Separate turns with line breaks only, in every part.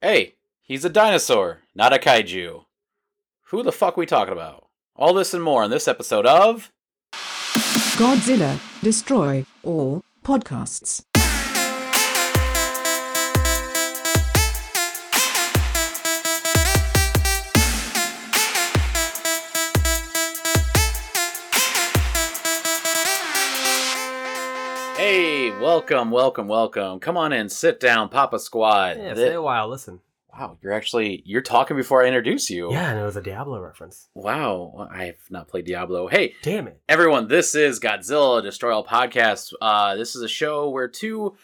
Hey, he's a dinosaur, not a kaiju. Who the fuck we talking about? All this and more on this episode of
Godzilla, Destroy All Podcasts.
Hey, welcome, welcome, welcome. Come on in, sit down, Papa Squad.
Yeah,
Thi-
stay a while. Listen.
wow, you're actually you're talking before I introduce you.
Yeah, and it was a Diablo reference.
Wow, I have not played Diablo. Hey,
Damn it.
Everyone, this is Godzilla Destroy All Podcast. Uh, this is a show where two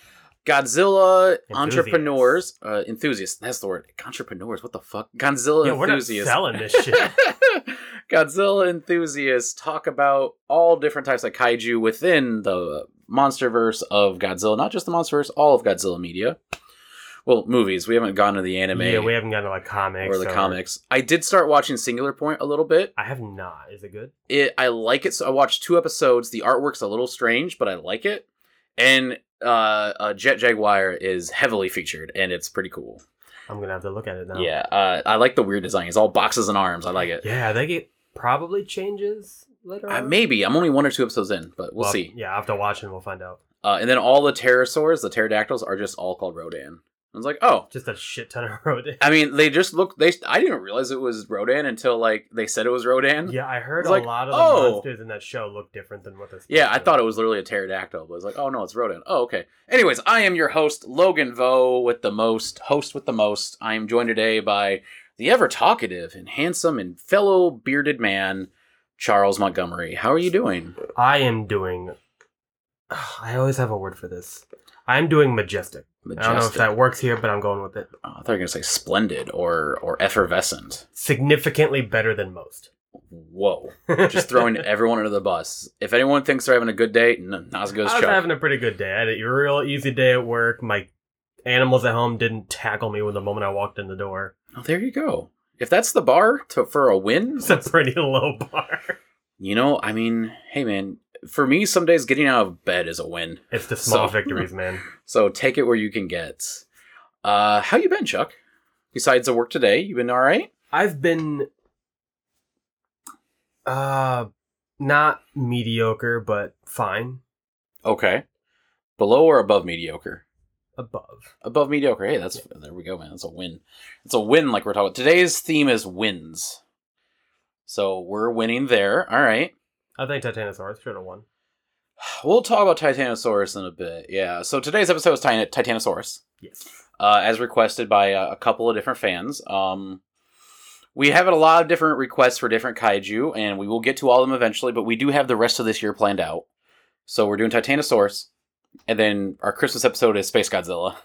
Godzilla entrepreneurs, uh, enthusiasts, that's the word, entrepreneurs, what the fuck? Godzilla
Yeah, we're not
enthusiasts.
selling this shit.
Godzilla enthusiasts talk about all different types of kaiju within the monsterverse of Godzilla, not just the monsterverse, all of Godzilla media. Well, movies. We haven't gone to the anime
yeah, we haven't gotten to like comics
or the comics. I did start watching Singular Point a little bit
I have not. Is it good?
it i like it so i watched two episodes the artwork's a little strange but i like it and uh, uh jet jaguar is heavily featured and it's pretty cool
I'm gonna have to look at it now.
yeah uh, i like the weird design it's all boxes and arms i like it
Yeah, I think it probably changes later.
uh,
on.
maybe i'm only one or two episodes in but we'll
Well,
see
Yeah, I have to watch and we'll find out.
uh, and then all the pterosaurs the pterodactyls are just all called rodan i was like oh
Just a shit ton of road.
i mean they just look they i didn't realize it was rodan until like they said it was rodan
yeah, I heard
It's
a
like,
lot of the
oh.
monsters in that show look different than what this.
Yeah, I thought it was literally a pterodactyl, but I was like, oh no, it's Rodan. Oh, okay. Anyways, I am your host, Logan Vo with the most, host with the most. I am joined today by the ever talkative and handsome and fellow bearded man, Charles Montgomery. How are you doing?
I am doing. I always have a word for this. I'm doing majestic. I don't know if
Majestic.
that works here, but I'm going with it.
Oh, I thought you were gonna say splendid or or effervescent.
Significantly better than most.
Whoa. Just throwing everyone under the bus. If anyone thinks they're having a good day, no, not as good as
I was
Chuck.
having a pretty good day. I had a real easy day at work. My animals at home didn't tackle me when the moment I walked in the door.
oh, there you go. If that's the bar to, for a win,
It's a pretty low bar.
You know, I mean, hey man, for me, some days getting out of bed is a win.
It's the small
So-
victories, man.
So take it where you can get. Uh, how you been, Chuck? Besides the work today, you been all right?
I've been uh not mediocre, but fine.
Okay. Below or above mediocre?
Above.
Above mediocre. Hey, that's there we go, man. That's a win. It's a win, like we're talking. Today's theme is wins. So we're winning there. All right.
I think Titanosaurus should have won.
We'll talk about Titanosaurus in a bit. Yeah. So today's episode is Titan- Titanosaurus.
Yes.
uh, as requested by uh, a couple of different fans. Um, we have a lot of different requests for different kaiju, and we will get to all of them eventually, but we do have the rest of this year planned out. So we're doing Titanosaurus, and then our Christmas episode is Space Godzilla.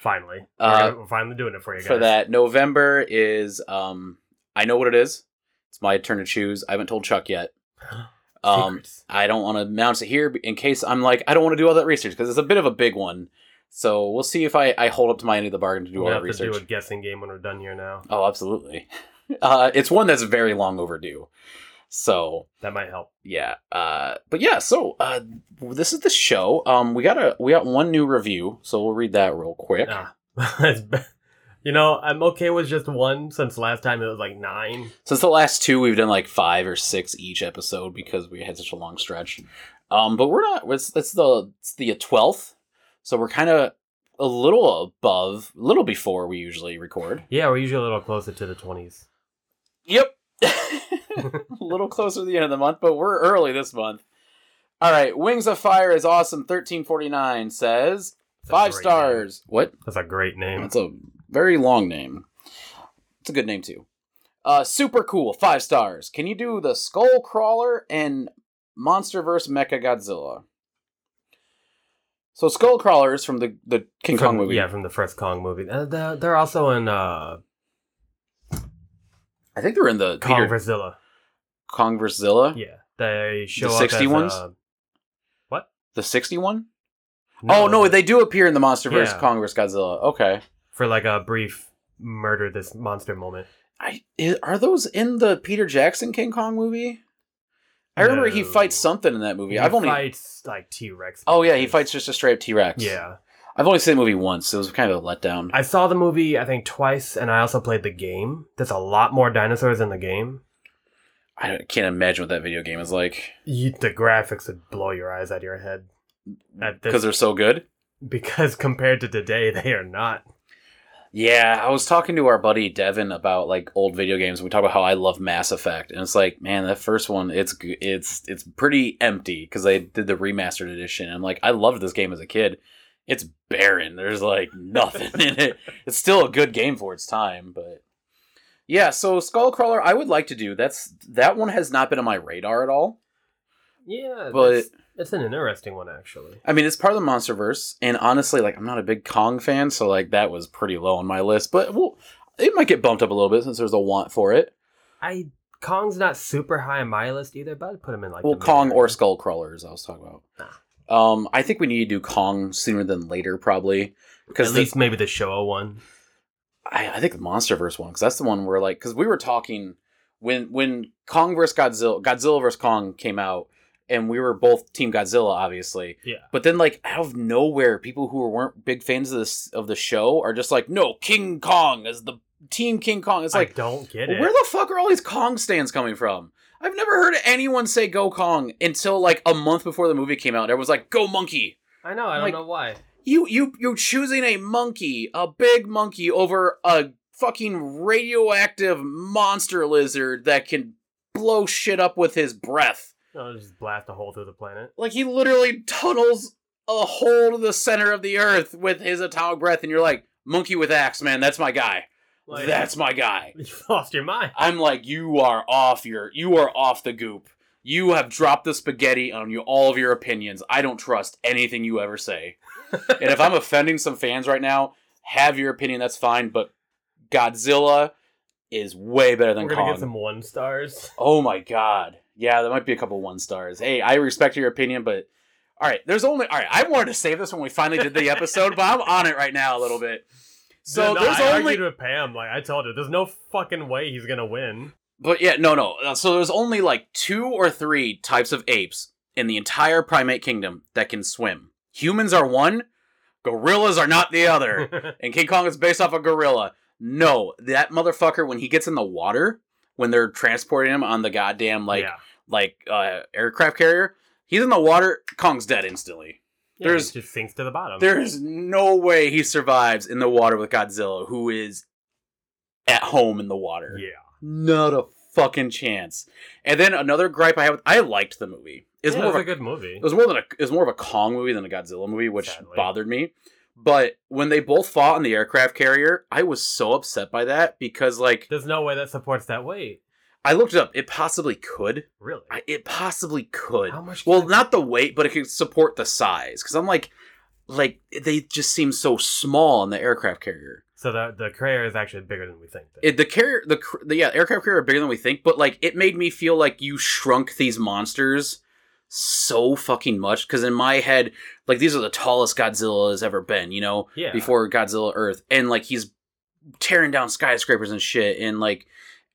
Finally.
Uh,
we're, gonna- we're finally doing it for you guys.
For that, November is, um, I know what it is. It's my turn to choose. I haven't told Chuck yet. Um,
Secrets.
I don't want to announce it here in case I'm like, I don't want to do all that research because it's a bit of a big one. So we'll see if I, I hold up to my end of the bargain to do
We'll
all
have
that research.
to do a guessing game when we're done here now.
Oh, absolutely. Uh, it's one that's very long overdue. So
That might help.
yeah, uh, but yeah. So uh, this is the show. Um, we got a we got one new review, so we'll read that real quick.
Ah. It's be- you know, I'm okay with just one since last time it was like nine.
Since the last two, we've done like five or six each episode because we had such a long stretch. Um, but we're not. It's, it's the it's the twelfth, so we're kind of a little above, a little before we usually record.
Yeah, we're usually a little closer to the 20s.
Yep. a little closer to the end of the month, but we're early this month. All right, Wings of Fire is awesome. 1349 says
That's a
five
great
stars. What?
name. That's a great name.
That's a very long name. It's a good name too. Uh super cool. 5 stars. Can you do the Skull Crawler and Monsterverse Mecha Godzilla? So Skull Crawler is from the the King
From-
Kong movie.
Yeah, from the first Kong movie. Uh, they're, they're also in uh,
I think they're in the
Kong
Peter-
Godzilla.
Kong vs. Zilla,
Yeah, they show
The
up
60
as,
ones?
uh,
the 60 one. oh no, they do appear in the MonsterVerse,
Yeah.
Kong vs. Godzilla. Okay,
for like a brief murder this monster moment.
I i- are those in the Peter Jackson King Kong movie? I remember he
No.
fights something in that movie.
He
I've only
fights like T Rex.
oh yeah, he fights just a straight up T Rex.
Yeah,
I've only seen the movie once. It was kind of a letdown.
I saw the movie I think twice, and I also played the game. There's a lot more dinosaurs in the game.
I don't- can't imagine what that video game is like
You, the graphics would blow your eyes out of your head. At this,
because they're so good.
because compared to today, they are not.
Yeah, I was talking to our buddy Devin about like old video games. We talk about how I love Mass Effect, and it's like, man, that first one, it's g- it's it's pretty empty because they did the remastered edition. I'm like, I loved this game as a kid. It's barren. There's like nothing in it. It's still a good game for its time, but yeah. So Skullcrawler, I would like to do. That's that one has not been on my radar at all.
Yeah,
But-
that's, that's an interesting one actually.
I mean, it's part of the MonsterVerse, and honestly, like I'm not a big Kong fan, so like that was pretty low on my list. But well, it might get bumped up a little bit since there's a want for it.
I Kong's not super high on my list either, but I'd put him in like
well,
the
Kong
mid-
or Skull Crawlers, I was talking about.
Ah.
Um, I think we need to do Kong sooner than later, probably,
At
because
least maybe the Showa one.
I, I think the MonsterVerse one, because that's the one where like, because we were talking when when Kong vs Godzilla, Godzilla vs Kong came out, and we were both Team Godzilla, obviously.
Yeah.
But then, like out of nowhere, people who weren't big fans of this of the show are just like, "No, King Kong is the Team King Kong." It's
I
like,
don't get
well,
it.
where the fuck are all these Kong stands coming from? I've never heard anyone say "Go Kong" until like a month before the movie came out. Everyone's like, "Go Monkey."
I know. I don't
like-
know why.
You you you're choosing a monkey, a big monkey, over a fucking radioactive monster lizard that can blow shit up with his breath.
I'll just blast a hole through the planet.
Like he literally tunnels a hole to the center of the earth with his atomic breath, and you're like, "Monkey with axe, man, that's my guy.
Like,
that's my guy."
you've lost your mind.
I'm like, you are off your, you are off the goop. You have dropped the spaghetti on you, all of your opinions. I don't trust anything you ever say. and if I'm offending some fans right now, have your opinion. That's fine. But Godzilla is way better
We're
than
gonna
Kong.
get some one stars.
oh my god. Yeah, there might be a couple one stars. Hey, I respect your opinion, but all right. There's only all right. I wanted to save this when we finally did the episode, but I'm on it right now a little bit. So
Dude, no,
there's
I
only
argued with Pam. Like I told her, there's no fucking way he's gonna win.
But yeah, no, no. Uh, So there's only like two or three types of apes in the entire primate kingdom that can swim. Humans are one, gorillas are not the other. and King Kong is based off a gorilla. No, that motherfucker when he gets in the water, when they're transporting him on the goddamn like
Yeah.
like uh, aircraft carrier, he's in the water. Kong's dead instantly.
Yeah,
there's-
he just sinks to the bottom.
There is no way he survives in the water with Godzilla, who is at home in the water
yeah.
not a fucking chance. And then another gripe I have, I liked the movie. It's
yeah,
more
it's
of
a
a,
good movie.
it was more than a, it was more of a Kong movie than a Godzilla movie, which
Sadly.
bothered me. But when they both fought on the aircraft carrier, I was so upset by that because like
There's no way that supports that weight.
I looked it up, it possibly could,
Really?
I, it possibly could.
How much?
Well, not the weight, but it could support the size. Because I'm like, like they just seem so small on the aircraft carrier.
so the the carrier is actually bigger than we think. then.
it, the carrier the, cr- the yeah aircraft carrier are bigger than we think but like it made me feel like you shrunk these monsters so fucking much because in my head like these are the tallest godzilla has ever been you know
yeah.
before godzilla earth and like he's tearing down skyscrapers and shit and like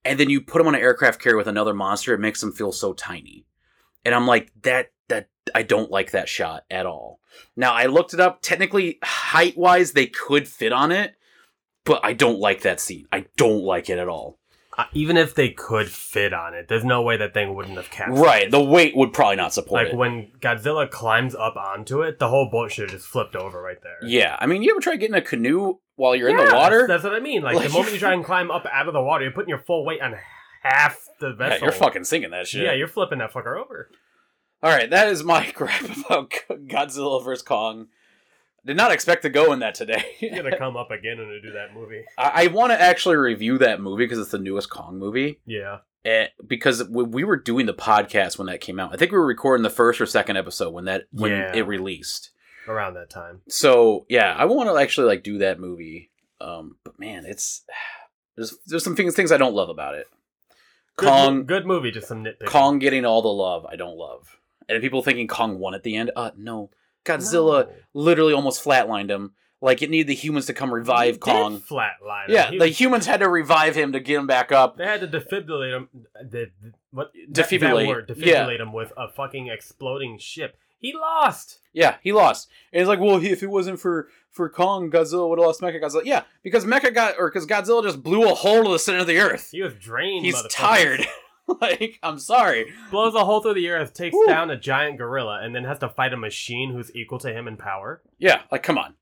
and then you put him on an aircraft carrier with another monster it makes him feel so tiny and i'm like that that i don't like that shot at all now i looked it up technically height wise they could fit on it but i don't like that scene i don't like it at all
Uh, even if they could fit on it, there's no way that thing wouldn't have captured.
right the weight would probably not support
Like
it
when Godzilla climbs up onto it, the whole boat should have just flipped over right there.
yeah i mean you ever try getting a canoe while you're in
Yeah,
the water
That's what I mean. Like,
Like-
the moment you try and climb up out of the water, you're putting your full weight on half the
Yeah,
vessel.
you're fucking sinking that shit
Yeah, you're flipping that fucker over.
All right, that is my gripe about Godzilla vs Kong. Did not expect to go in that
You're
today.
gonna come up again and do that movie.
I, I want to actually review that movie because it's the newest Kong movie.
Yeah.
Eh, because when we were doing the podcast when that came out, I think we were recording the first or second episode when that when
Yeah.
it released.
Around that time.
So yeah, I want to actually like do that movie. Um, but man, it's there's there's some things things I don't love about it.
Good
Kong
mo- Good movie, just some nitpicking.
Kong getting all the love, I don't love. And people thinking Kong won at the end. Uh, no. Godzilla
No.
literally almost flatlined him. Like it needed the humans to come
He
revive
did
Kong.
Flatline. him.
Yeah,
He
the
was-
humans had to revive him to get him back up.
They had to defibrillate him. The, the- what? that-
Defibrillate,
That word,
yeah.
defibrillate him with a fucking exploding ship. He lost.
Yeah, he lost. And it's like, well, he, if it wasn't for for Kong, Godzilla would have lost Mecha Godzilla. Yeah, because Mecha got or because Godzilla just blew a hole to the center of the earth.
He was drained.
He's
motherfucker.
tired. like, I'm sorry.
Blows a hole through the earth, takes
Woo.
down a giant gorilla, and then has to fight a machine who's equal to him in power.
Yeah, like come on,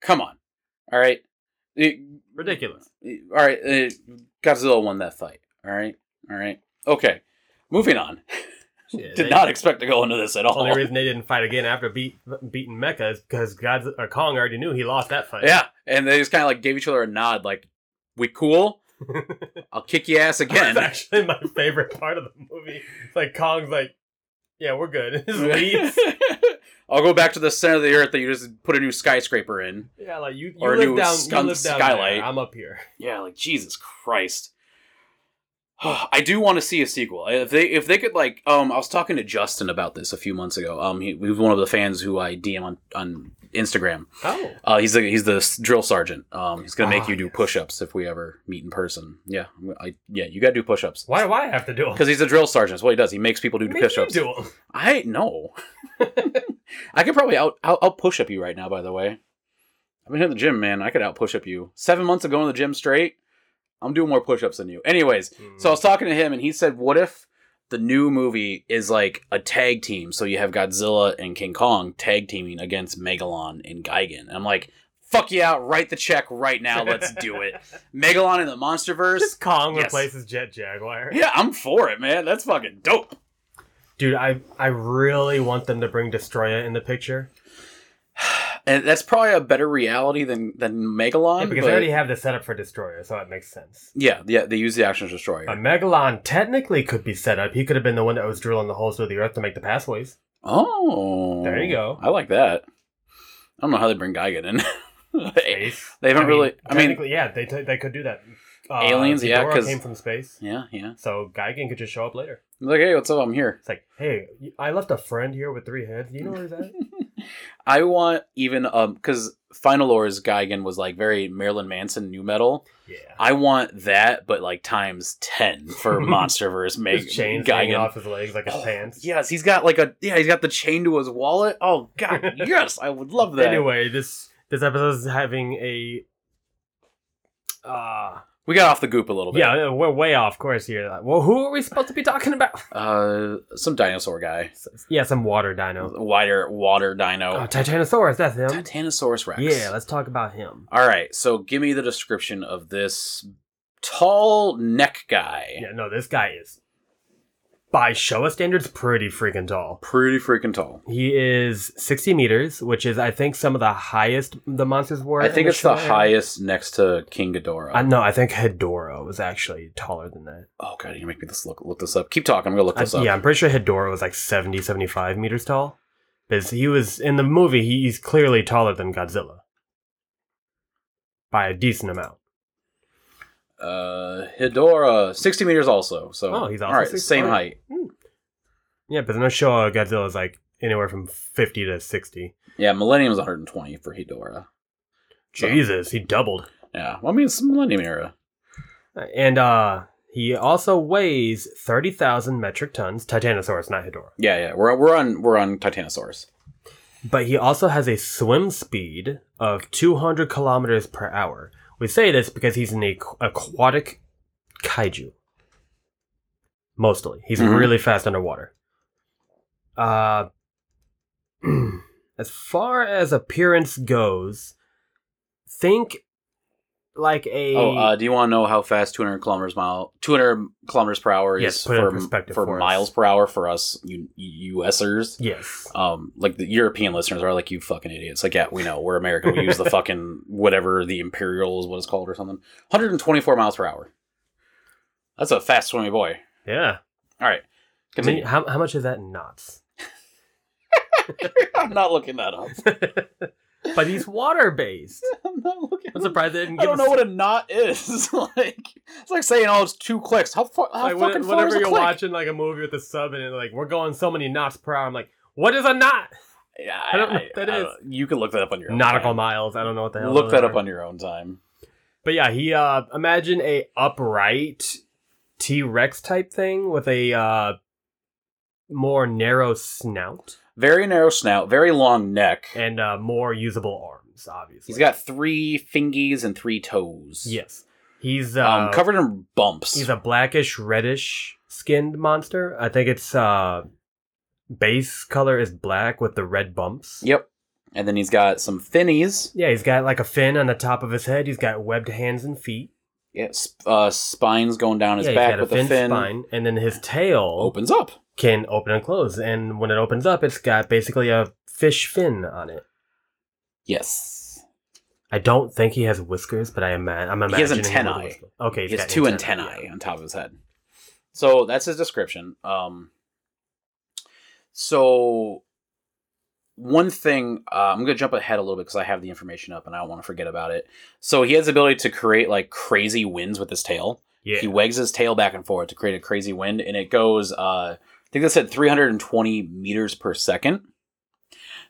come on. All right, It-
Ridiculous.
all right. uh, Godzilla won that fight. All right, all right. Okay, moving on.
Shit,
Did
they-
not expect to go into this at all.
Only reason they didn't fight again after beat, beating Mecha is because God or Kong already knew he lost that fight.
Yeah, and they just kind of like gave each other a nod, like, "We cool? I'll kick your ass again."
That's actually my favorite part of the movie. It's like Kong's like, yeah, we're good. Just leaves.
I'll go back to the center of the earth that you just put a new skyscraper in.
Yeah, like you, you
Or a
live
new
down,
skunk
you live down
skylight.
there. I'm up here.
Yeah, like Jesus Christ. I do want to see a sequel. If they if they could like um I was talking to Justin about this a few months ago. Um he, he was one of the fans who I DM on on Instagram.
Oh,
Uh he's the, he's the s- drill sergeant. Um he's going to make
Ah,
you do
yes.
push-ups if we ever meet in person. Yeah. I yeah, you got to do push-ups.
why do I have to do them?
Cuz he's a drill sergeant. That's what he does. He makes people do
Make you
push-ups.
do 'em.
I know. I could probably out out, out push up you right now. By the way, I've been in the gym, man. I could out push up you. Seven months of going to the gym straight, I'm doing more push ups than you. Anyways,
Hmm.
so I was talking to him, and he said, "What if the new movie is like a tag team? So you have Godzilla and King Kong tag teaming against Megalon and Gigan." And I'm like, "Fuck yeah! Write the check right now. Let's do it." Megalon in the MonsterVerse.
Just Kong
Yes.
replaces Jet Jaguar.
Yeah, I'm for it, man. That's fucking dope.
Dude, I I really want them to bring Destroya in the picture.
And that's probably a better reality than than Megalon.
Yeah, because
but-
I already have the setup for Destroyer, so it makes sense.
Yeah, yeah, they use the action destroyer.
But Megalon technically could be set up. He could have been the one that was drilling the holes through the earth to make the pathways.
oh,
There you go.
I like that. I don't know how they bring Gigan in. they
Space.
haven't
I mean,
really. I mean,
technically, yeah, they t- they could do that. Uh,
Aliens, yeah,
Ghidorah
'cause-
came from space,
yeah, yeah.
so Gigan could just show up later.
He's like, hey, what's up? I'm here.
It's like, hey, y- I left a friend here with three heads. You know where he's at?
I want even um because Final Lord's Gigan was like very Marilyn Manson new metal.
yeah,
I want that, but like times ten for MonsterVerse. Make
his chains hanging
Gigan
off his legs like his
Oh,
pants.
Yes, he's got like a yeah, he's got the chain to his wallet. Oh god, yes, I would love that.
Anyway, this this episode is having a. Uh,
we got off the goop a little bit.
yeah, we're way off course here. Well, who are we supposed to be talking about?
uh, some dinosaur guy,
Yeah, some water dino.
wider water
Oh,
dino,
Titanosaurus, that's him.
Titanosaurus Rex.
Yeah, let's talk about him.
All right. So give me the description of this tall neck guy.
Yeah, no, this guy is, by Showa standards, pretty freaking tall.
Pretty freaking tall.
He is 60 meters, which is, I think, some of the highest the monsters were.
I
in
think it's the
show era.
highest next to King Ghidorah.
Uh, no, I think Hedora was actually taller than that.
oh god, you're gonna make me this look look this up. Keep talking. I'm gonna look
I-
this up.
yeah, I'm pretty sure Hedora was like 70, 75 meters tall. Because he was, in the movie, he- he's clearly taller than Godzilla. By a decent amount.
Uh, Ghidorah, 60 meters also. So
Oh, he's also
all right,
60.
same
All right.
height.
Yeah, but no show Godzilla is like anywhere from 50 to 60.
Yeah, Millennium's 120 for Ghidorah. So,
Jesus, he doubled.
yeah, well, I mean it's the Millennium era.
And uh he also weighs 30,000 metric tons, Titanosaurus, not Hedora.
Yeah, yeah, we're we're on we're on Titanosaurus.
But he also has a swim speed of 200 kilometers per hour. We say this because he's an aqu- aquatic kaiju. Mostly. He's
Mhm.
really fast underwater. Uh, as far as appearance goes, think like a.
Oh, uh, do you want to know how fast 200 kilometers mile 200 kilometers per hour is
Yes, put it
for
in perspective
for,
for us.
miles per hour for us U- USers?
yes.
Um, like the European listeners are like you fucking idiots. Like yeah, we know we're American. We use the fucking whatever the imperial is what it's called or something. 124 miles per hour. That's a fast swimming boy.
Yeah.
All right,
I mean,
continue.
how, how much is that in knots?
I'm not looking that up.
But he's water based.
I'm not looking.
I'm surprised they didn't
I
give
don't
us-
know what a knot is. like it's like saying, "Oh, it's two clicks." How far? How
like,
fucking
when-
far is
whenever
a
you're
click?
watching like a movie with a sub and it, like we're going so many knots per hour, I'm like, what is a knot?
Yeah,
I don't know what that
I
is.
don't- you can look that up on your own
Nautical
time.
miles. I don't know what the hell.
Look
those
that
are.
up on your own time.
But yeah, he uh imagine a upright T Rex type thing with a uh more narrow snout.
Very narrow snout, very long neck.
and uh, more usable arms, obviously.
He's got three fingies and three toes.
yes. He's uh,
Um, covered in bumps.
He's a blackish reddish skinned monster. I think its uh, base color is black with the red bumps.
Yep. And then he's got some finnies.
Yeah, he's got like a fin on the top of his head. He's got webbed hands and feet.
Yeah, sp- uh, spines going down his
yeah,
back
he's got
with
a fin,
the fin.
spine, and then his tail
Opens up.
can open and close. And when it opens up, it's got basically a fish fin on it.
Yes.
I don't think he has whiskers, but I ima- I'm
He has
imagining him with
antennae.
whiskers. Okay, he's
he has
got
two antennae
yeah.
on top of his head. So that's his description. Um, so one thing uh, I'm gonna jump ahead a little bit because I have the information up and I don't want to forget about it. So he has the ability to create like crazy winds with his tail.
Yeah.
He wags his tail back and forth to create a crazy wind, and it goes. Uh, I think that's at 320 meters per second.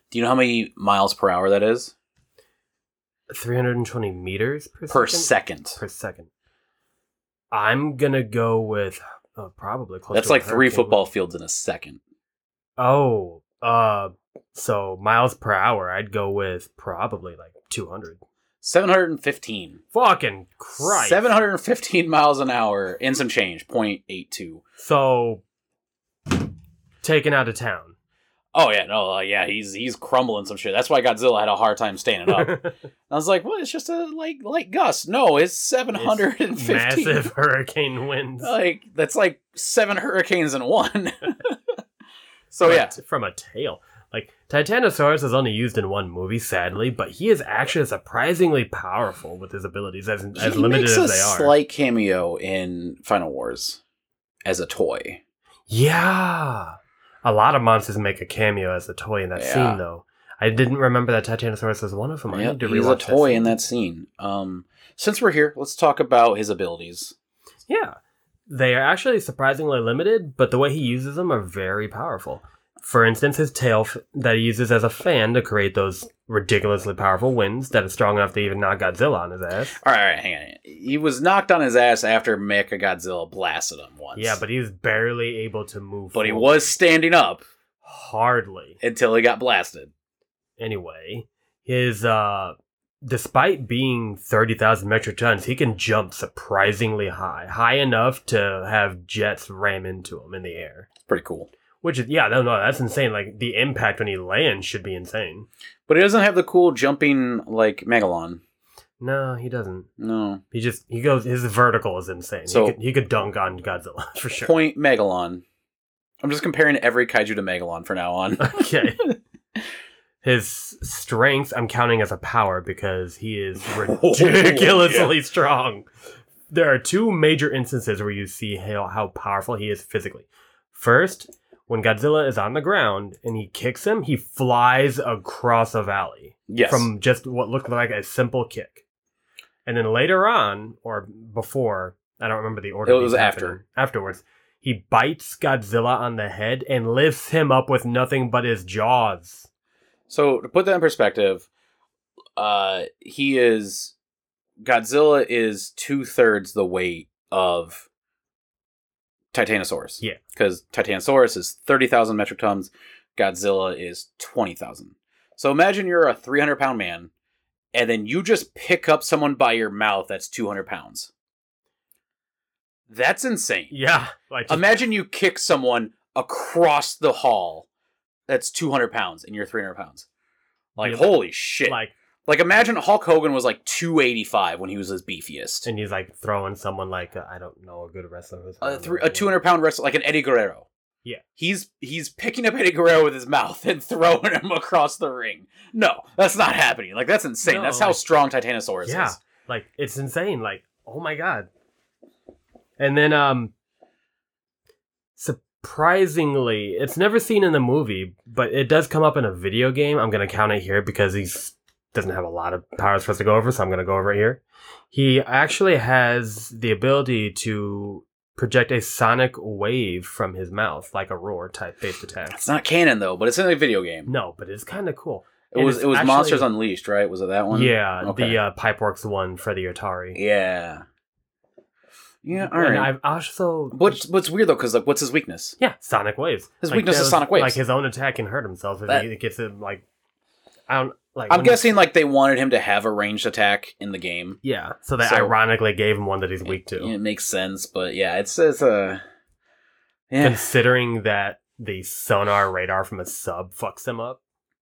Do you know how many miles per hour that is
320 meters per,
per
second?
second?
per second. I'm gonna go with uh, probably close.
That's
to a
like three
hurricane.
football fields in a second.
Oh, uh, so miles per hour. I'd go with probably like 200.
715.
Fucking Christ.
715 miles an hour and some change, 0.82.
So taken out of town.
Oh yeah, no, uh, yeah, he's he's crumbling some shit. That's why Godzilla had a hard time standing up. And I was like, well, it's just a like light gust. No, it's 715.
Massive hurricane winds.
Like that's like seven hurricanes in one. so yeah,
But from a tail. Like Titanosaurus is only used in one movie, sadly, but he is actually surprisingly powerful with his abilities, as as
he
limited
makes
as
a
they are.
slight cameo in Final Wars as a toy.
Yeah. A lot of monsters make a cameo as a toy in that
Yeah.
scene, though. I didn't remember that Titanosaurus was one of them. I
Yeah,
need to
he's a
rewatch that
toy
scene.
in that scene. Um, since we're here, let's talk about his abilities.
Yeah. They are actually surprisingly limited, but the way he uses them are very powerful. For instance, his tail f- that he uses as a fan to create those ridiculously powerful winds that are strong enough to even knock Godzilla on his ass.
All right, all right, hang on. hang on. He was knocked on his ass after Mechagodzilla blasted him once.
Yeah, but he was barely able to move.
but he
forward.
was standing up
hardly.
until he got blasted.
anyway. His uh despite being 30,000 metric tons, he can jump surprisingly high, high enough to have jets ram into him in the air.
Pretty cool.
Which is yeah, no no, that's insane. Like the impact when he lands should be insane.
But he doesn't have the cool jumping like Megalon.
No, he doesn't.
No.
He just he goes his vertical is insane.
So-
he, could, he could dunk on Godzilla for sure.
Point Megalon. I'm just comparing every kaiju to Megalon for now on.
Okay. His strength I'm counting as a power because he is ridiculously strong. There are two major instances where you see how, how powerful he is physically. First, when Godzilla is on the ground and he kicks him, he flies across a valley
yes.
from just what looked like a simple kick. And then later on, or before, I don't remember the order.
It was
these
after.
happened in. Afterwards, he bites Godzilla on the head and lifts him up with nothing but his jaws.
So to put that in perspective, uh, he is Godzilla is two thirds the weight of Titanosaurus.
Yeah.
because Titanosaurus is thirty thousand metric tons, Godzilla is twenty thousand. So imagine you're a three hundred pound man, and then you just pick up someone by your mouth that's two hundred pounds. That's insane.
Yeah, like just-
Imagine you kick someone across the hall that's 200 pounds and you're 300 pounds. Like,
Yeah,
holy shit. Like,
like,
imagine Hulk Hogan was like 285 when he was his beefiest.
and he's like throwing someone like uh, I don't know a good wrestler who's
A, three, a 200 pound wrestler, like an Eddie Guerrero.
Oh Yeah.
He's he's picking up Eddie Guerrero with his mouth and throwing him across the ring. No, that's not happening. Like, that's insane.
No,
that's how
like-
strong Titanosaurus
Yeah,
is.
like it's insane. Like oh my god. And then um, surprisingly, it's never seen in the movie, but it does come up in a video game. I'm gonna count it here because he's doesn't have a lot of powers for us to go over, so I'm gonna go over it here. He actually has the ability to project a sonic wave from his mouth, like a roar type based attack.
It's not canon, though, but it's in a video game.
No, but it's kind of cool.
it
and
was
it's
it was
actually-
Monsters Unleashed, right? Was it that one?
Yeah,
Okay.
the uh, Pipeworks one for the Atari.
Yeah. Yeah, all
And
right.
I've also
What's what's weird though, because like, what's his weakness?
yeah, sonic waves.
His weakness is
those-
sonic waves.
Like his own attack can hurt himself if
That-
he, it gets him like I don't like.
I'm
when he-
guessing like they wanted him to have a ranged attack in the game.
yeah. So they
So-
ironically gave him one that he's weak to,
It makes sense, but yeah, it's it's a yeah,
considering that the sonar radar from a sub fucks him up.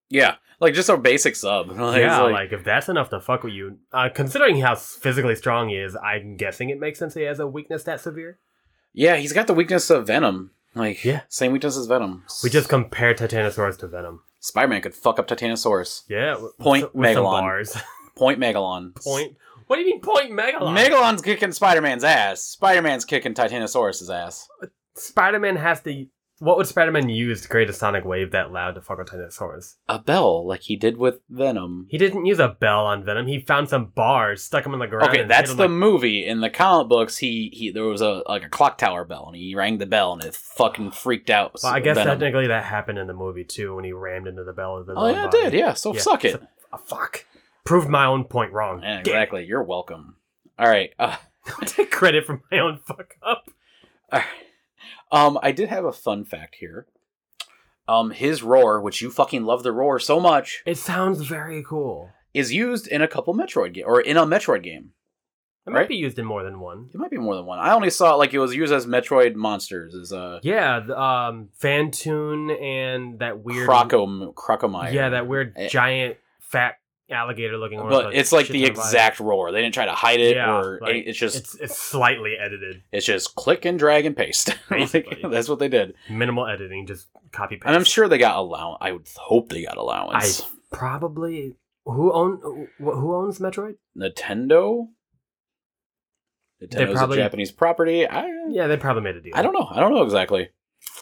yeah, like just a basic sub. Like, it's
yeah,
like-
like, if that's enough to fuck with you, uh, considering how s- physically strong he is, I'm guessing it makes sense he has a weakness that severe.
yeah, he's got the weakness of Venom. Like
Yeah.
same weakness as Venom.
We just compare Titanosaurus to Venom.
Spider Man could fuck up Titanosaurus.
Yeah, w- with
Point
s- with some
Megalon.
bars.
Point Megalon.
point. What do you mean point Megalon?
Megalon's kicking Spider Man's ass. Spider Man's kicking Titanosaurus's ass.
Spider-Man has to. What would Spider-Man use to create a sonic wave that loud to fuck with Titanosaurus?
A bell, like he did with Venom.
He didn't use a bell on Venom. He found some bars, stuck them in the ground.
Okay,
and
that's
hit
the
him like-
movie. In the comic books, he, he there was a like a clock tower bell, and he rang the bell, and it fucking freaked out.
well, I guess
Venom.
technically that happened in the movie too when he rammed into the bell of the.
Oh yeah, it did. Yeah, so
Yeah,
suck it.
so- Oh, fuck. Proved my own point wrong.
Yeah,
Damn.
exactly. You're welcome. All right. Uh,
I take credit for my own fuck up.
um, I did have a fun fact here. Um, his roar, which you fucking love the roar so much,
It sounds very cool.
is used in a couple Metroid game or in a Metroid game.
It might
Right?
be used in more than one.
It might be more than one. I only saw it like it was used as Metroid monsters as a
Yeah, the, um, Fantoon and that weird
Croco Crocomire.
Yeah, that weird
Eh.
giant fat alligator looking one. with
But
a
it's like
shit
the
ton of eyes.
exact roar. They didn't try to hide it
Yeah,
or
like,
any- it's just it's,
It's it's slightly edited,
just click and drag and paste. Like,
Basically.
that's what they did.
minimal editing, just copy paste.
And I'm sure they got allowance. I would hope they got
I
allowance.
probably who own wh- who owns Metroid?
Nintendo. Nintendo's
probably-
a Japanese property. I
Yeah, they probably made a deal.
I don't know. I don't know exactly.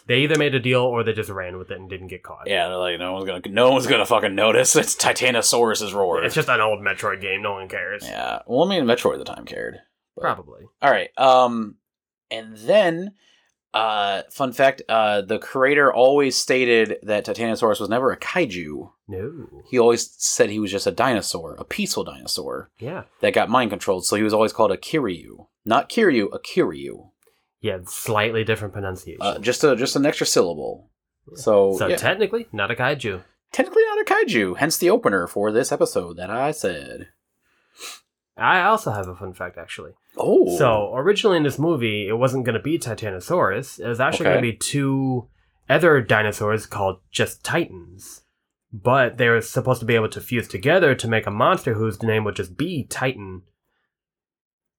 They either made a deal or they just ran with it and didn't get caught.
Yeah, they're like no one's gonna no one's gonna fucking notice. It's Titanosaurus's roar.
It's just an old Metroid game. No one cares.
yeah. Well, I mean, Metroid at the time cared.
Probably.
All right. Um, and then, uh, fun fact: uh, the creator always stated that Titanosaurus was never a kaiju.
No.
He always said he was just a dinosaur, a peaceful dinosaur
Yeah.
that got mind controlled. So he was always called a Kiryu, not Kiryu, a Kiryu.
Yeah, slightly different pronunciation.
Uh, just a just an extra syllable. So,
so
yeah,
technically, not a kaiju.
technically not a kaiju. Hence the opener for this episode that I said.
I also have a fun fact, actually.
Oh,
So originally in this movie, it wasn't going to be Titanosaurus. It was actually
Okay.
going to be two other dinosaurs called just Titans. But they were supposed to be able to fuse together to make a monster whose name would just be Titan.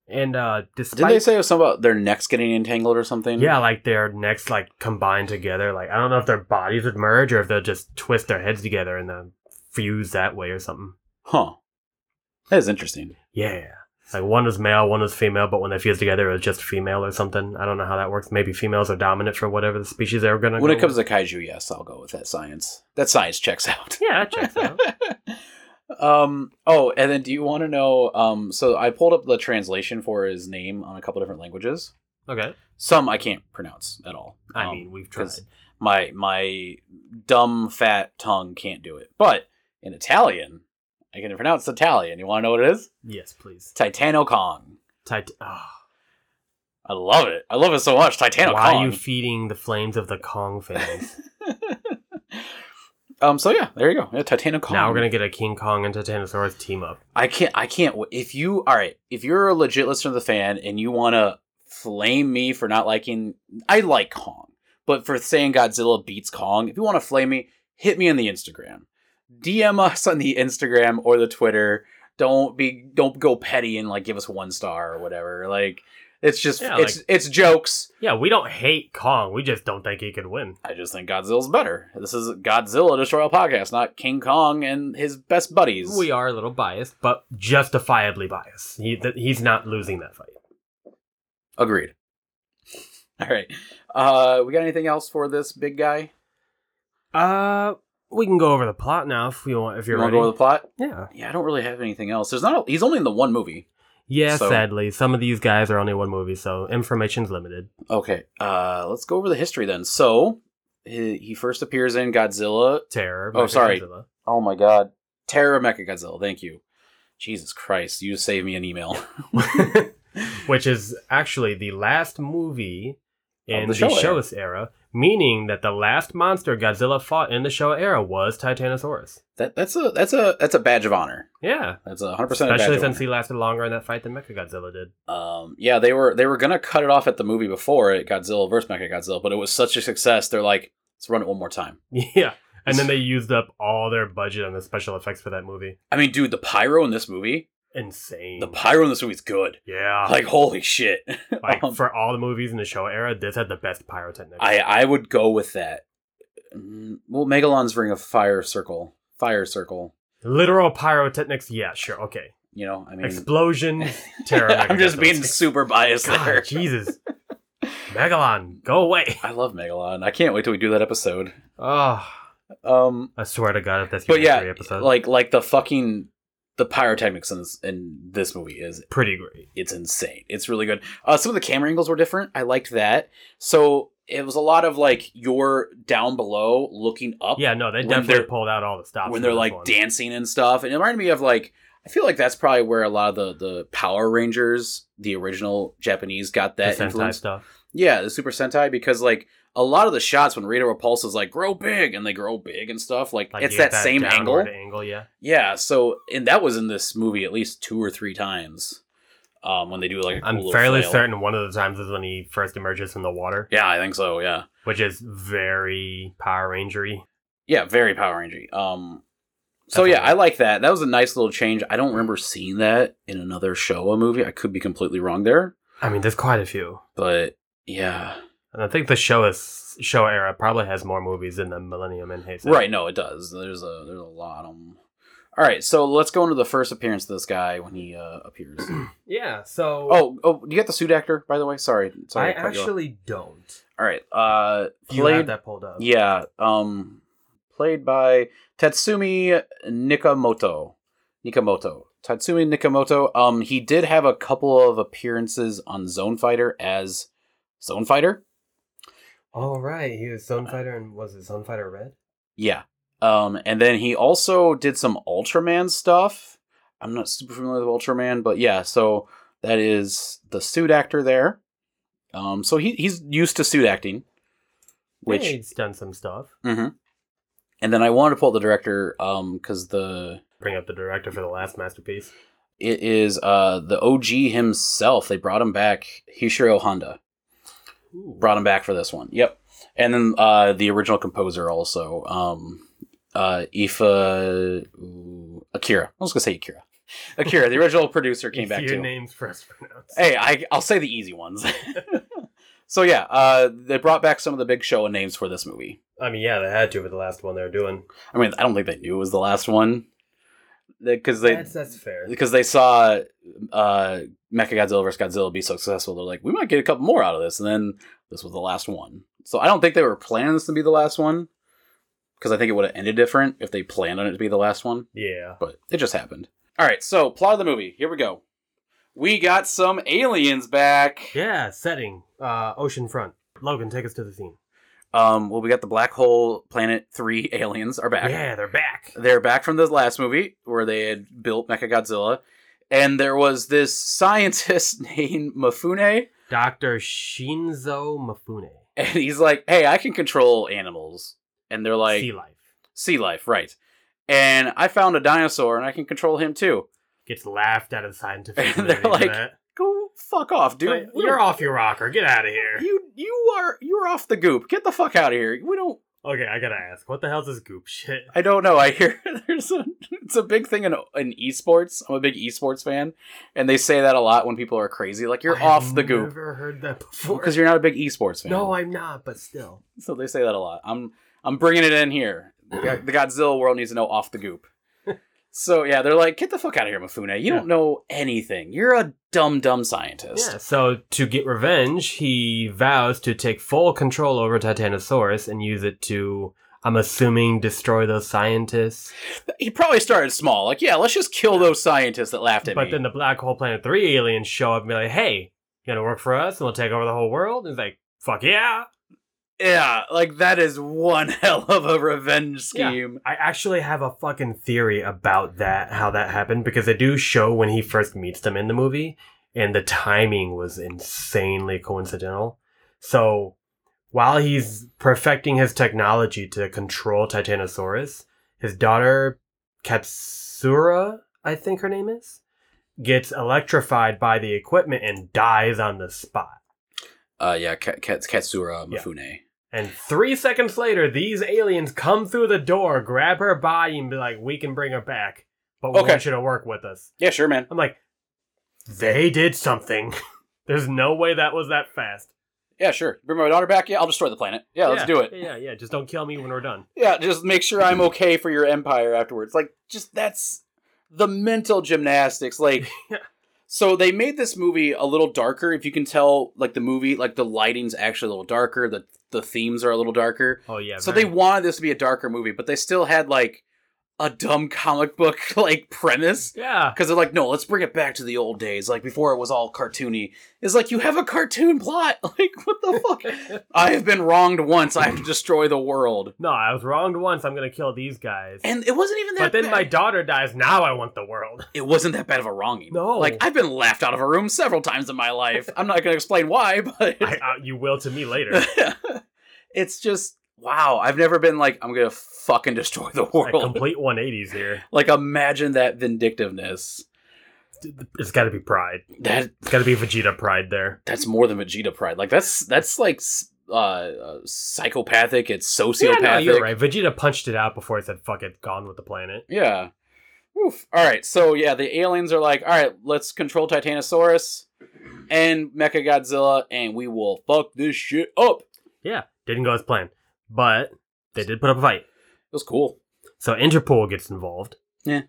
And uh,
did
despite
they say something about their necks getting entangled or something?
yeah, like their necks like combined together. Like I don't know if their bodies would merge or if they'll just twist their heads together and then fuse that way or something.
Huh. That is interesting.
Yeah. Like one was male, one was female, but when they fuse together, it was just female or something. I don't know how that works. Maybe females are dominant for whatever the species they're going to
When it comes to kaiju, yes, I'll go with that science. That science checks out.
Yeah, that checks out.
um. Oh, and then do you want to know? Um. So I pulled up the translation for his name on a couple different languages.
okay.
Some I can't pronounce at all.
I
Um,
mean, we've tried.
'cause my my dumb fat tongue can't do it. But in Italian, I can pronounce Italian. You want to know what it is?
Yes, please.
Titano Kong.
Tit- ah.
I love it. I love it so much. Titano
Why
Kong.
are you feeding the flames of the Kong fans?
um. So yeah, there you go. Yeah, Titano Kong.
now we're going to get a King Kong and Titanosaurus team up.
I can't. I can't. w- If you all right, if you're a legit listener of the fan and you want to flame me for not liking, I like Kong, but for saying Godzilla beats Kong, if you want to flame me, hit me on the Instagram, DM us on the Instagram or the Twitter. Don't be. Don't go petty and like give us one star or whatever. Like it's just
Yeah,
it's it's jokes.
Yeah, we don't hate Kong. We just don't think he could win.
I just think Godzilla's better. This is Godzilla Destroy All Podcast, not King Kong and his best buddies.
We are a little biased, but justifiably biased. He, th- he's not losing that fight.
Agreed. All right. Uh, we got anything else for this big guy?
Uh, we can go over the plot now if you want. If you're
you want
ready.
to go over the plot?
yeah.
Yeah, I don't really have anything else. There's not. A, he's only in the one movie.
Yeah,
So-
sadly, some of these guys are only one movie, so information's limited.
Okay. Uh, let's go over the history then. So he, he first appears in Godzilla.
Terror.
Oh,
Mechagodzilla.
sorry. Oh my God. Terror Mecha Godzilla. Thank you. Jesus Christ, you saved me an email.
which is actually the last movie in
Of the
the,
Showa era.
Showa era, meaning that the last monster Godzilla fought in the Showa era was Titanosaurus.
That that's a that's a that's a badge of honor.
Yeah.
That's a hundred percent.
Especially
a badge
since
of
he lasted longer in that fight than Mechagodzilla did.
honor. Um, yeah, they were they were gonna cut it off at the movie before at Godzilla vs Mechagodzilla, but it was such a success. They're like, let's run it one more time.
Yeah. And then they used up all their budget on the special effects for that movie.
I mean, dude, the pyro in this movie,
Insane.
the pyro in this movie is good.
yeah. Like,
Like, holy shit! Um,
Ah. for all the movies in the Showa era, this had the best pyrotechnics.
I I would go with that. Mm, Well, Megalon's Ring of Fire Circle, Fire Circle.
Literal pyrotechnics, yeah, sure, okay.
You know, I mean,
Explosion, terror.
I'm just
Mechagodzilla.
being super biased there.
God, Jesus. Megalon, go away.
I love Megalon. I can't wait till we do that episode.
Oh,
Um,
I swear to God, if that's your
but yeah,
three episode,
like like the fucking the pyrotechnics in this, in this movie is
pretty great.
it's insane. It's really good. Uh, some of the camera angles were different. I liked that. So it was a lot of like you're down below looking up.
Yeah, no, they
When
definitely
they're-
pulled out all the stops.
when
in
they're
this
like
one.
dancing and stuff. And it reminded me of like I feel like that's probably where a lot of the the Power Rangers, the original Japanese, got that
the Sentai
influence.
stuff.
Yeah, the Super Sentai because like a lot of the shots when Rita Repulsa is like grow big and they grow big and stuff like,
Like
it's
you get
that, same angle.
downward Angle, yeah.
Yeah, so and that was in this movie at least two or three times. Um, when they do like a cool
I'm
little
fairly
flail.
certain one of the times is when he first emerges from the water,
Yeah, I think so. Yeah,
which is very Power Rangery.
yeah, very Power Ranger. Um, so
Definitely.
yeah, I like that. That was a nice little change. I don't remember seeing that in another Showa movie. I could be completely wrong there,
I mean, there's quite a few,
but yeah,
and I think the show is show era probably has more movies than the Millennium and Heisei.
right. No, it does. There's a there's a lot of 'em. All right, so let's go into the first appearance of this guy when he uh, appears.
Yeah. So
oh, oh, do you get the suit actor by the way? Sorry, sorry.
I
to cut you off.
actually don't.
All right, uh,
You
played
have that pulled up.
Yeah, um, played by Tatsumi Nikamoto. Nikamoto. Tatsumi Nikamoto. Um, he did have a couple of appearances on Zone Fighter as Zone Fighter.
All right. He was Zone Fighter and was it Zone Fighter Red?
Yeah. Um, and then he also did some Ultraman stuff. I'm not super familiar with Ultraman, but yeah, so that is the suit actor there. Um, so he he's used to suit acting, which
Yeah, he's done some stuff.
Mm-hmm. And then I wanted to pull up the director because the
Bring up the director for the last masterpiece.
it is uh, the OG himself. They brought him back, Hishiro Honda. Brought him back for this one. Yep. And then uh, the original composer also, um, uh, Ifa ooh, Akira. I was gonna say Akira. Akira, the original producer, came back
Your
too.
name's first pronounced.
Hey, I, I'll say the easy ones. so yeah, uh, they brought back some of the big show names for this movie.
I mean, yeah, they had to for the last one they were doing.
I mean, I don't think they knew it was the last one because they
that's that's fair.
because they saw uh, Mechagodzilla vs Godzilla be so successful. They're like, we might get a couple more out of this, and then this was the last one. So I don't think they were planning this to be the last one because I think it would have ended different if they planned on it to be the last one,
Yeah.
but it just happened. All right, so plot of the movie. Here we go. We got some aliens back.
Yeah. Setting. Uh, ocean front. Logan, take us to the scene.
Um, well, we got the black hole planet three aliens are back.
Yeah, they're back.
they're back from the last movie where they had built Mechagodzilla, and there was this scientist named Mafune,
Doctor Shinzo Mifune.
and he's like, "Hey, I can control animals," and they're like,
sea
"Sea,
life
life, right?" And I found a dinosaur, and I can control him too.
gets laughed at of the scientific.
And they're
community for
like,
that.
Go fuck off, dude.
Like,
We
you're
don't-
off your rocker. Get out of here.
You you are you're off the goop. Get the fuck out of here. We don't.
Okay, I gotta ask, what the hell's this goop shit?
I don't know. I hear there's a it's a big thing in in esports. I'm a big esports fan, and they say that a lot when people are crazy. Like you're
I've
off the goop.
Never heard that before.
because you're not a big esports fan.
no, I'm not, but still.
so they say that a lot. I'm I'm bringing it in here. The Go- the Godzilla world needs to know off the goop. so yeah, they're like, get the fuck out of here, Mafune. You
Yeah.
don't know anything. You're a dumb dumb scientist.
Yeah, so to get revenge, he vows to take full control over Titanosaurus and use it to, I'm assuming, destroy those scientists.
He probably started small. Like, yeah, let's just kill those scientists that laughed at
But
me.
then the Black Hole Planet 3 aliens show up and be like, hey, you gonna work for us and we'll take over the whole world? And he's like, fuck yeah.
yeah, like that is one hell of a revenge
Yeah.
scheme.
I actually have a fucking theory about that, how that happened, because they do show when he first meets them in the movie, and the timing was insanely coincidental. So while he's perfecting his technology to control Titanosaurus, his daughter Katsura, I think her name is, gets electrified by the equipment and dies on the spot.
Uh, yeah, Ka- Ka- Katsura
Yeah.
Mifune.
And three seconds later, these aliens come through the door, grab her body, and be like, "We can bring her back, but we
Okay.
want you to work with us."
Yeah, sure, man.
I'm like, "They did something. There's no way that was that fast."
Yeah, sure. Bring my daughter back. Yeah, I'll destroy the planet. Yeah, let's do it.
Yeah, yeah. Just don't kill me when we're done.
Yeah, just make sure I'm okay for your empire afterwards. Like, just that's the mental gymnastics. Like,
Yeah.
so they made this movie a little darker. If you can tell, like the movie, like the lighting's actually a little darker. The the themes are a little darker.
Oh yeah.
so
very-
they wanted this to be a darker movie, but they still had like a dumb comic book like premise.
Yeah.
Because they're like, no, let's bring it back to the old days, like before it was all cartoony. It's like you have a cartoon plot. Like, what the fuck? I have been wronged once. I have to destroy the world.
No, I was wronged once. I'm gonna kill these guys.
And it wasn't even that.
But then
bad.
my daughter dies. Now I want the world.
it wasn't that bad of a wronging.
No.
like I've been laughed out of a room several times in my life. I'm not going to explain why, but
I, uh, you will to me later.
it's just wow. I've never been like I'm going to fucking destroy the
Like,
world.
complete 180s here.
like imagine that vindictiveness.
It's got to be pride.
That
It's got to be Vegeta pride there.
that's more than Vegeta pride. Like that's that's like s- uh, uh psychopathic. It's
Yeah,
sociopathic.
no, you're right. Vegeta punched it out before he said, "Fuck it, gone with the planet."
Yeah. Oof. All right. So yeah, the aliens are like, all right, let's control Titanosaurus and Mechagodzilla, and we will fuck this shit up. It
Yeah, didn't go as planned, but they did put up a fight.
was cool.
So Interpol gets involved.
Yeah.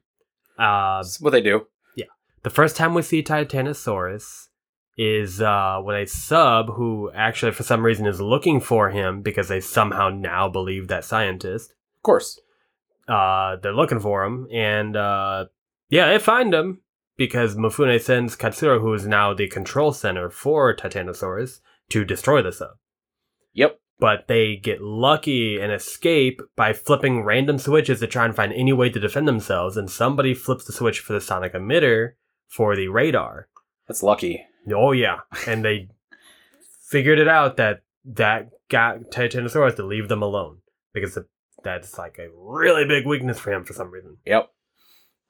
Uh,
That's what they do.
the first time we see Titanosaurus is uh, when a sub who actually for some reason is looking for him because they somehow now believe that scientist.
Of course.
Uh, they're looking for him, and uh, yeah, they find him because Mifune sends Katsura, who is now the control center for Titanosaurus, to destroy the sub.
Yep.
But they get lucky and escape by flipping random switches to try and find any way to defend themselves, and somebody flips the switch for the sonic emitter for the radar.
That's lucky.
Oh yeah, and they figured it out that that got Titanosaurus to leave them alone because the, that's like a really big weakness for him for some reason.
Yep.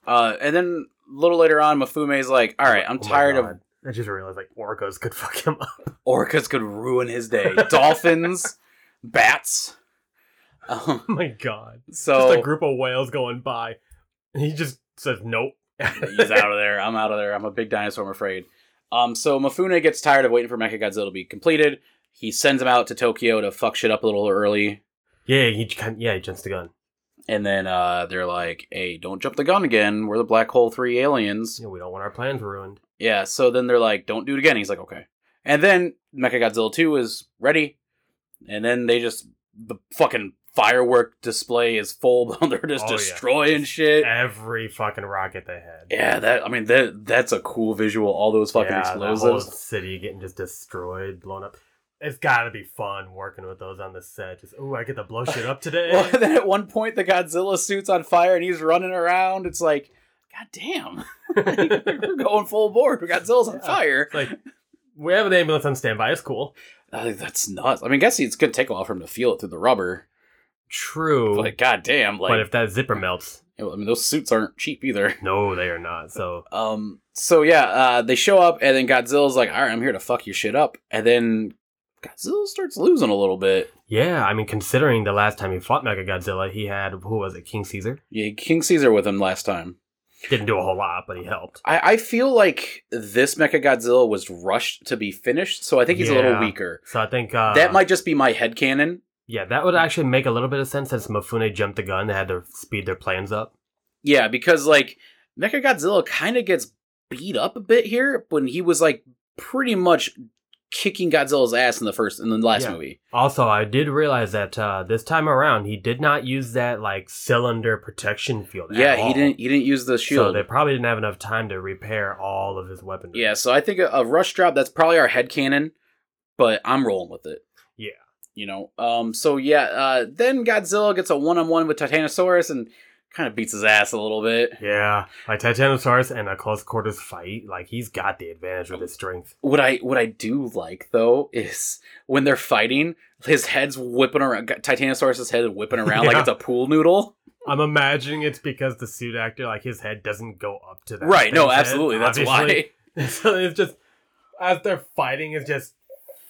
Uh, and then a little later on, Mafume's like, all right, I'm
Oh my
tired of
God. I just realized like orcas could fuck him up.
orcas could ruin his day. Dolphins, bats. Um,
Oh my god!
so
Just a group of whales going by, and he just says nope.
He's out of there. I'm out of there. I'm a big dinosaur, I'm afraid. Um, so Mifune gets tired of waiting for Mechagodzilla to be completed. He sends him out to Tokyo to fuck shit up a little early.
Yeah, he can, yeah he jumps the gun.
And then uh, they're like, hey, don't jump the gun again. We're the Black Hole 3 aliens.
Yeah, we don't want our plans ruined.
Yeah, so then they're like, don't do it again. He's like, okay. And then Mechagodzilla 2 is ready. And then they just, the fucking firework display is full. They're just
Oh, yeah.
destroying shit.
Every fucking rocket they had.
Yeah, that, I mean, that that's a cool visual. All those fucking
yeah,
explosives.
The whole city getting just destroyed, blown up. It's gotta be fun working with those on the set. Just oh, I get to blow shit up today.
Well, then at one point the Godzilla suit's on fire and he's running around. It's like, God damn, we're going full board. Godzilla's on
Yeah.
fire.
It's like we have an ambulance on standby. It's cool.
I think that's nuts. I mean, I guess it's gonna take a while for him to feel it through the rubber.
True,
But like, God damn, like,
but if that zipper melts,
I mean, those suits aren't cheap either.
no, they are not. So
Um, so yeah, uh, they show up and then Godzilla's like, all right, I'm here to fuck your shit up. And then Godzilla starts losing a little bit.
yeah, I mean, considering the last time he fought Mechagodzilla, he had who was it, King Caesar?
Yeah, King Caesar with him last time.
Didn't do a whole lot, but he helped.
I, I feel like this Mechagodzilla was rushed to be finished, so I think he's a little
Yeah.
weaker.
So I think uh,
that might just be my headcanon.
yeah, that would actually make a little bit of sense since Mifune jumped the gun. They had to speed their plans up.
Yeah, because like Mechagodzilla kind of gets beat up a bit here when he was like pretty much kicking Godzilla's ass in the first in the last
Yeah.
movie.
Also, I did realize that uh, this time around, he did not use that like cylinder protection field. at
yeah, he
all.
didn't he didn't use the
So
shield.
they probably didn't have enough time to repair all of his weaponry.
yeah, so I think a, a rush job that's probably our headcanon, but I'm rolling with it.
Yeah.
You know. Um so yeah, uh then Godzilla gets a one-on-one with Titanosaurus and kind of beats his ass a little bit.
Yeah, like Titanosaurus and a close quarters fight, like he's got the advantage with his strength.
What I what I do like though is when they're fighting, his head's whipping around. Titanosaurus's head is whipping around like
Yeah.
it's a pool noodle.
I'm imagining it's because the suit actor, like his head doesn't go up to that.
right? No,
thing's head,
absolutely. That's
obviously. so it's just as they're fighting, it's just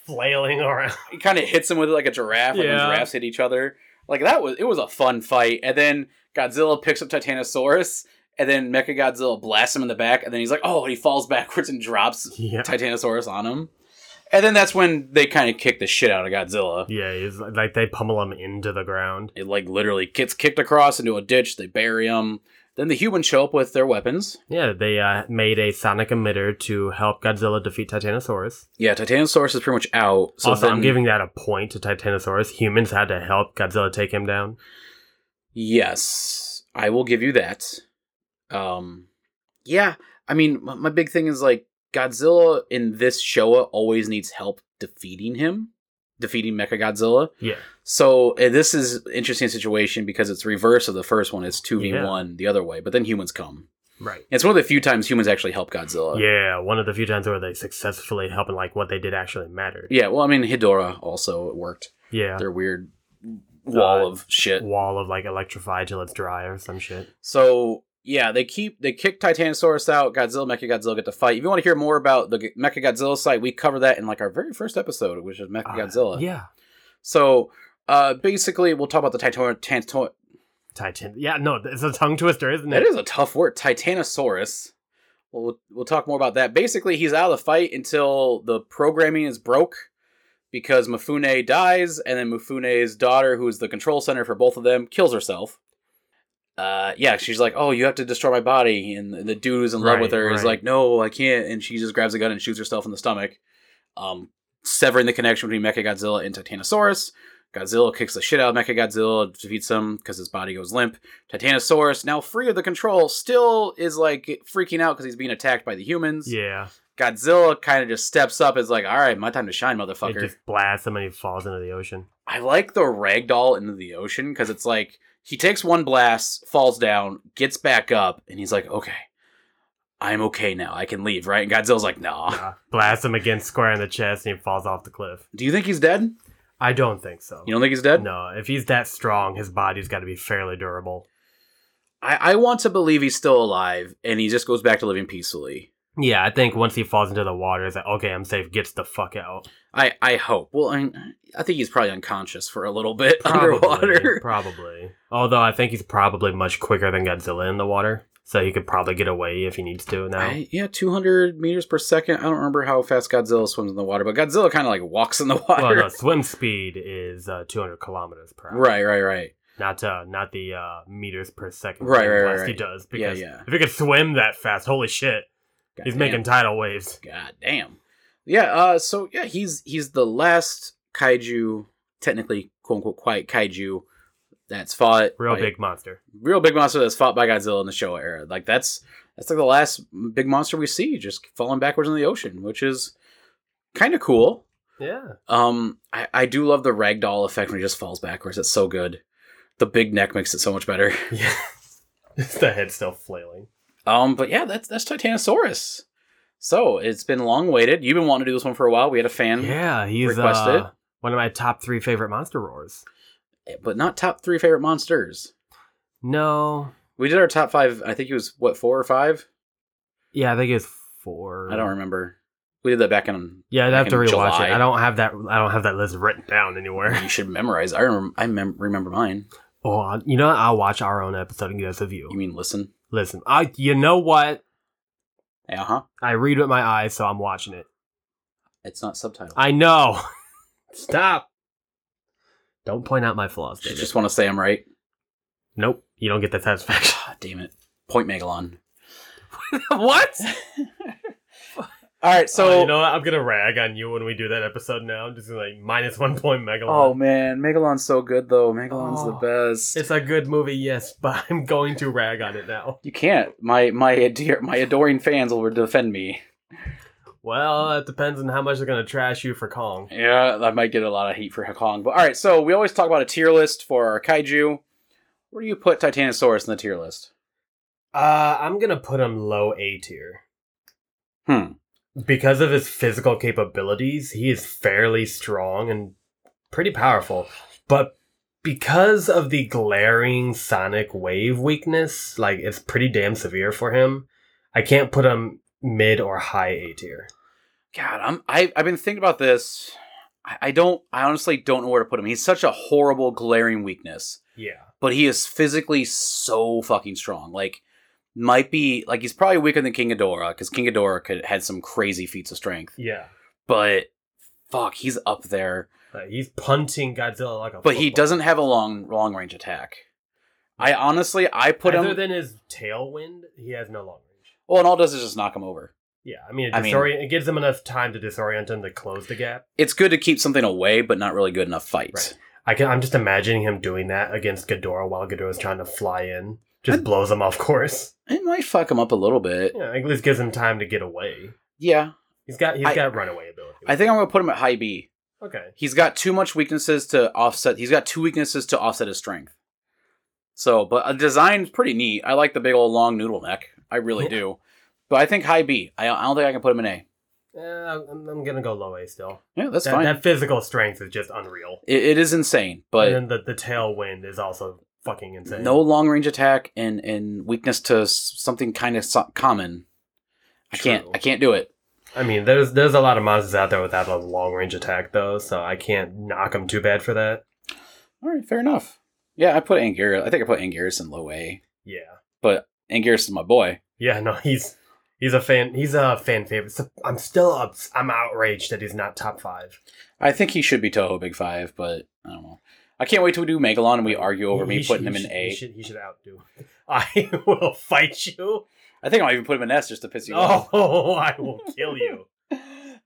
flailing around.
why he kind of hits him with it like a giraffe. Like when
Yeah.
giraffes hit each other. Like that was it was a fun fight. And then Godzilla picks up Titanosaurus, and then Mechagodzilla blasts him in the back, and then he's like, oh, and he falls backwards and drops
Yeah,
Titanosaurus on him. And then that's when they kind of kick the shit out of Godzilla.
yeah. It's like they pummel him into the ground.
It like literally gets kicked across into a ditch. They bury him. Then the humans show up with their weapons.
Yeah, they uh, made a sonic emitter to help Godzilla defeat Titanosaurus.
Yeah, Titanosaurus is pretty much out. So
also, I'm
then-
giving that a point to Titanosaurus. Humans had to help Godzilla take him down.
Yes, I will give you that. Um, yeah, I mean, my, my big thing is like Godzilla in this Showa always needs help defeating him, defeating Mechagodzilla.
Yeah.
So eh, this is an interesting situation because it's reverse of the first one. It's two v one the other way, but then humans come.
Right.
It's one of the few times humans actually help Godzilla.
Yeah, one of the few times where they successfully help and like what they did actually mattered.
Yeah, well, I mean, Hidora also worked.
Yeah.
Their weird wall
Uh,
of shit.
Wall of like electrified till it's dry or some shit.
So yeah, they keep they kick Titanosaurus out. Godzilla, Mechagodzilla get to fight. If you want to hear more about the G- Mechagodzilla site, we cover that in like our very first episode, which is
Uh,
Mechagodzilla.
yeah.
So uh, basically, we'll talk about the Titan. Tanto-
Titan. Yeah, no, it's a tongue twister, isn't
that
it?
is a tough word, Titanosaurus. We'll we'll talk more about that. Basically, he's out of the fight until the programming is broke. Because Mifune dies, and then Mifune's daughter, who is the control center for both of them, kills herself. uh, yeah, she's like, "Oh, you have to destroy my body," and the dude who's in love
Right,
with her is
right.
like, "No, I can't," and she just grabs a gun and shoots herself in the stomach, um, severing the connection between Mechagodzilla and Titanosaurus. Godzilla kicks the shit out of Mechagodzilla, defeats him because his body goes limp. Titanosaurus, now free of the control, still is like freaking out because he's being attacked by the humans.
Yeah.
Godzilla kind of just steps up, is like, "All right, my time to shine, motherfucker."
It just blasts him and he falls into the ocean.
I like the ragdoll into the ocean because it's like he takes one blast, falls down, gets back up, and he's like, okay, I'm okay now. I can leave, right? And Godzilla's like, nah.
Uh, blasts him again square in the chest and he falls off the cliff.
Do you think he's dead?
I don't think so.
You don't think he's dead?
no, if he's that strong, his body's got to be fairly durable.
I, I want to believe he's still alive and he just goes back to living peacefully.
Yeah, I think once he falls into the water, it's like, okay, I'm safe. Gets the fuck out.
I, I hope. Well, I, I think he's probably unconscious for a little bit underwater.
Probably. Although I think he's probably much quicker than Godzilla in the water. So he could probably get away if he needs to now.
I- yeah, 200 meters per second. I don't remember how fast Godzilla swims in the water, but Godzilla kind of like walks in the water.
Well, no, swim speed is uh, 200 kilometers per hour.
Right, right, right.
Not uh, not the uh, meters per second.
Right,
thing
right, right,
blast He
right.
does
Yeah,
because
yeah.
if he could swim that fast, holy shit, he's
Goddamn.
making tidal waves.
God damn. Yeah, uh so yeah, he's he's the last kaiju, technically quote unquote quiet kaiju that's fought
Real
by-
big monster.
real big monster that's fought by Godzilla in the Showa era. Like that's that's like the last big monster we see just falling backwards in the ocean, which is kind of cool.
Yeah.
Um I, I do love the ragdoll effect when he just falls backwards. It's so good. The big neck makes it so much better.
Yeah. the head still flailing.
Um, but yeah, that's that's Titanosaurus. So it's been long waited. You've been wanting to do this one for a while. We had a fan
Yeah, he's
Request it.
uh, one of my top three favorite monster roars.
but not top three favorite monsters.
No.
We did our top five. I think it was what four or five.
Yeah, I think it's four.
I don't remember. We did that back in.
Yeah, I'd
back
have to
in
rewatch
July. Mm-hmm.
it. I don't have that. I don't have that list written down anywhere.
You should memorize. I remember. I mem- remember mine.
Oh, I- you know, what? I'll watch our own episode and give us a view.
You mean listen?
Listen, I. You know what?
Uh huh.
I read with my eyes, so I'm watching it.
It's not subtitled. I
I know. Stop. Don't point out my flaws, David.
just want to say I'm right.
nope. You don't get that satisfaction.
God damn it. Point Megalon.
what?
All right. So.
Oh, you Oh, know, what? I'm gonna rag on you when we do that episode. Now, I'm just gonna, like minus one point, Megalon.
Oh man, Megalon's so good though. Megalon's
Oh.
the best.
it's a good movie, yes, but I'm going to rag on it now.
you can't. My my ador- my adoring fans will defend me.
Well, it depends on how much they're gonna trash you for Kong.
Yeah, I might get a lot of heat for Kong. But all right, so we always talk about a tier list for our kaiju. Where do you put Titanosaurus in the tier list?
Uh, I'm gonna put him low A tier
Hmm.
because of his physical capabilities. He is fairly strong and pretty powerful, but because of the glaring sonic wave weakness, like it's pretty damn severe for him. I can't put him mid or high A tier.
God, I'm I, I've been thinking about this. I, I don't. I honestly don't know where to put him. He's such a horrible, glaring weakness,
Yeah.
but he is physically so fucking strong. Like, might be like he's probably weaker than King Ghidorah because King Ghidorah could had some crazy feats of strength.
Yeah.
But fuck, he's up there.
Like, he's punting Godzilla like a.
but he
football.
doesn't have a long long range attack. I honestly, I put
Other
him.
than his tailwind, he has no long range.
well, and all it does is just knock him over.
Yeah, I mean, it,
I mean-
disorient, it gives him enough time to disorient him to close the gap.
It's good to keep something away, but not really good enough fights.
Right. I can, I'm just imagining him doing that against Ghidorah while Ghidorah's trying to fly in. Just
I-
blows him off course.
It might fuck him up a little bit.
Yeah, at least gives him time to get away.
Yeah,
He's got he's
I-
got runaway ability.
I think I'm gonna put him at high B.
okay.
He's got too much weaknesses to offset. He's got two weaknesses to offset his strength. So, but a design's pretty neat. I like the big old long noodle neck. I really do. But I think high B. I, I don't think I can put him in A.
Eh, I'm, I'm gonna go low A still.
Yeah, that's
that,
fine.
that physical strength is just unreal.
It, it is insane, but
and then the, the tailwind is also fucking insane.
No long range attack and and weakness to s- something kind of so- common. I can't
True.
I can't do it.
I mean, there's there's a lot of monsters out there without a long range attack though, so I can't knock him too bad for that.
All right, fair enough. Yeah, I put Anguirus. I think I put Anguirus in low A,
Yeah.
but Anguirus is my boy.
Yeah, no, he's he's a fan. He's a fan favorite. So I'm still ups, I'm outraged that he's not top five.
I think he should be Toho Big Five, but I don't know. I can't wait till we do Megalon and we argue over
He-
me
he
putting
should-
him
he
in
should-
A.
He should, he should outdo. I will fight you.
I think I'll even put him in S just to piss you off.
Oh, I will kill you.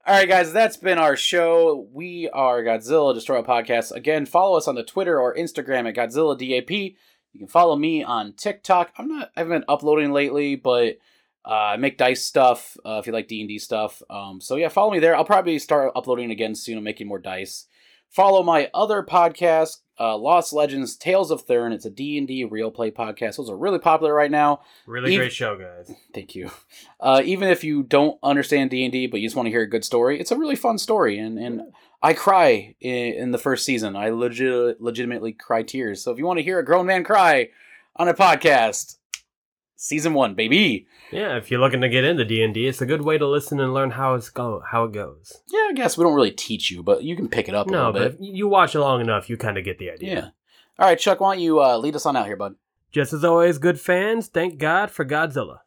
All right, guys, that's been our show. We are Godzilla Destroy Podcast. Again, follow us on the Twitter or Instagram at Godzilla DAP. You can follow me on TikTok. I'm not. I've been uploading lately, but uh, I make dice stuff. Uh, if you like D and D stuff, um, so yeah, follow me there. I'll probably start uploading again soon. I'm making more dice. Follow my other podcast, uh, Lost Legends: Tales of Thurn. It's a D and D real play podcast. Those are really popular right now.
Really
Ev-
great show, guys.
Thank you. Uh, even if you don't understand D and D, but you just want to hear a good story, it's a really fun story, and and I cry in, in the first season. I legit legitimately cry tears. So if you want to hear a grown man cry on a podcast, season one, baby.
Yeah, if you're looking to get into D and D, it's a good way to listen and learn how it's go how it goes.
Yeah, I guess we don't really teach you, but you can pick it up a
No,
little bit.
but if you watch it long enough, you kind of get the idea.
Yeah. All right, Chuck, why don't you uh, lead us on out here, bud?
Just as always, good fans, thank God for Godzilla.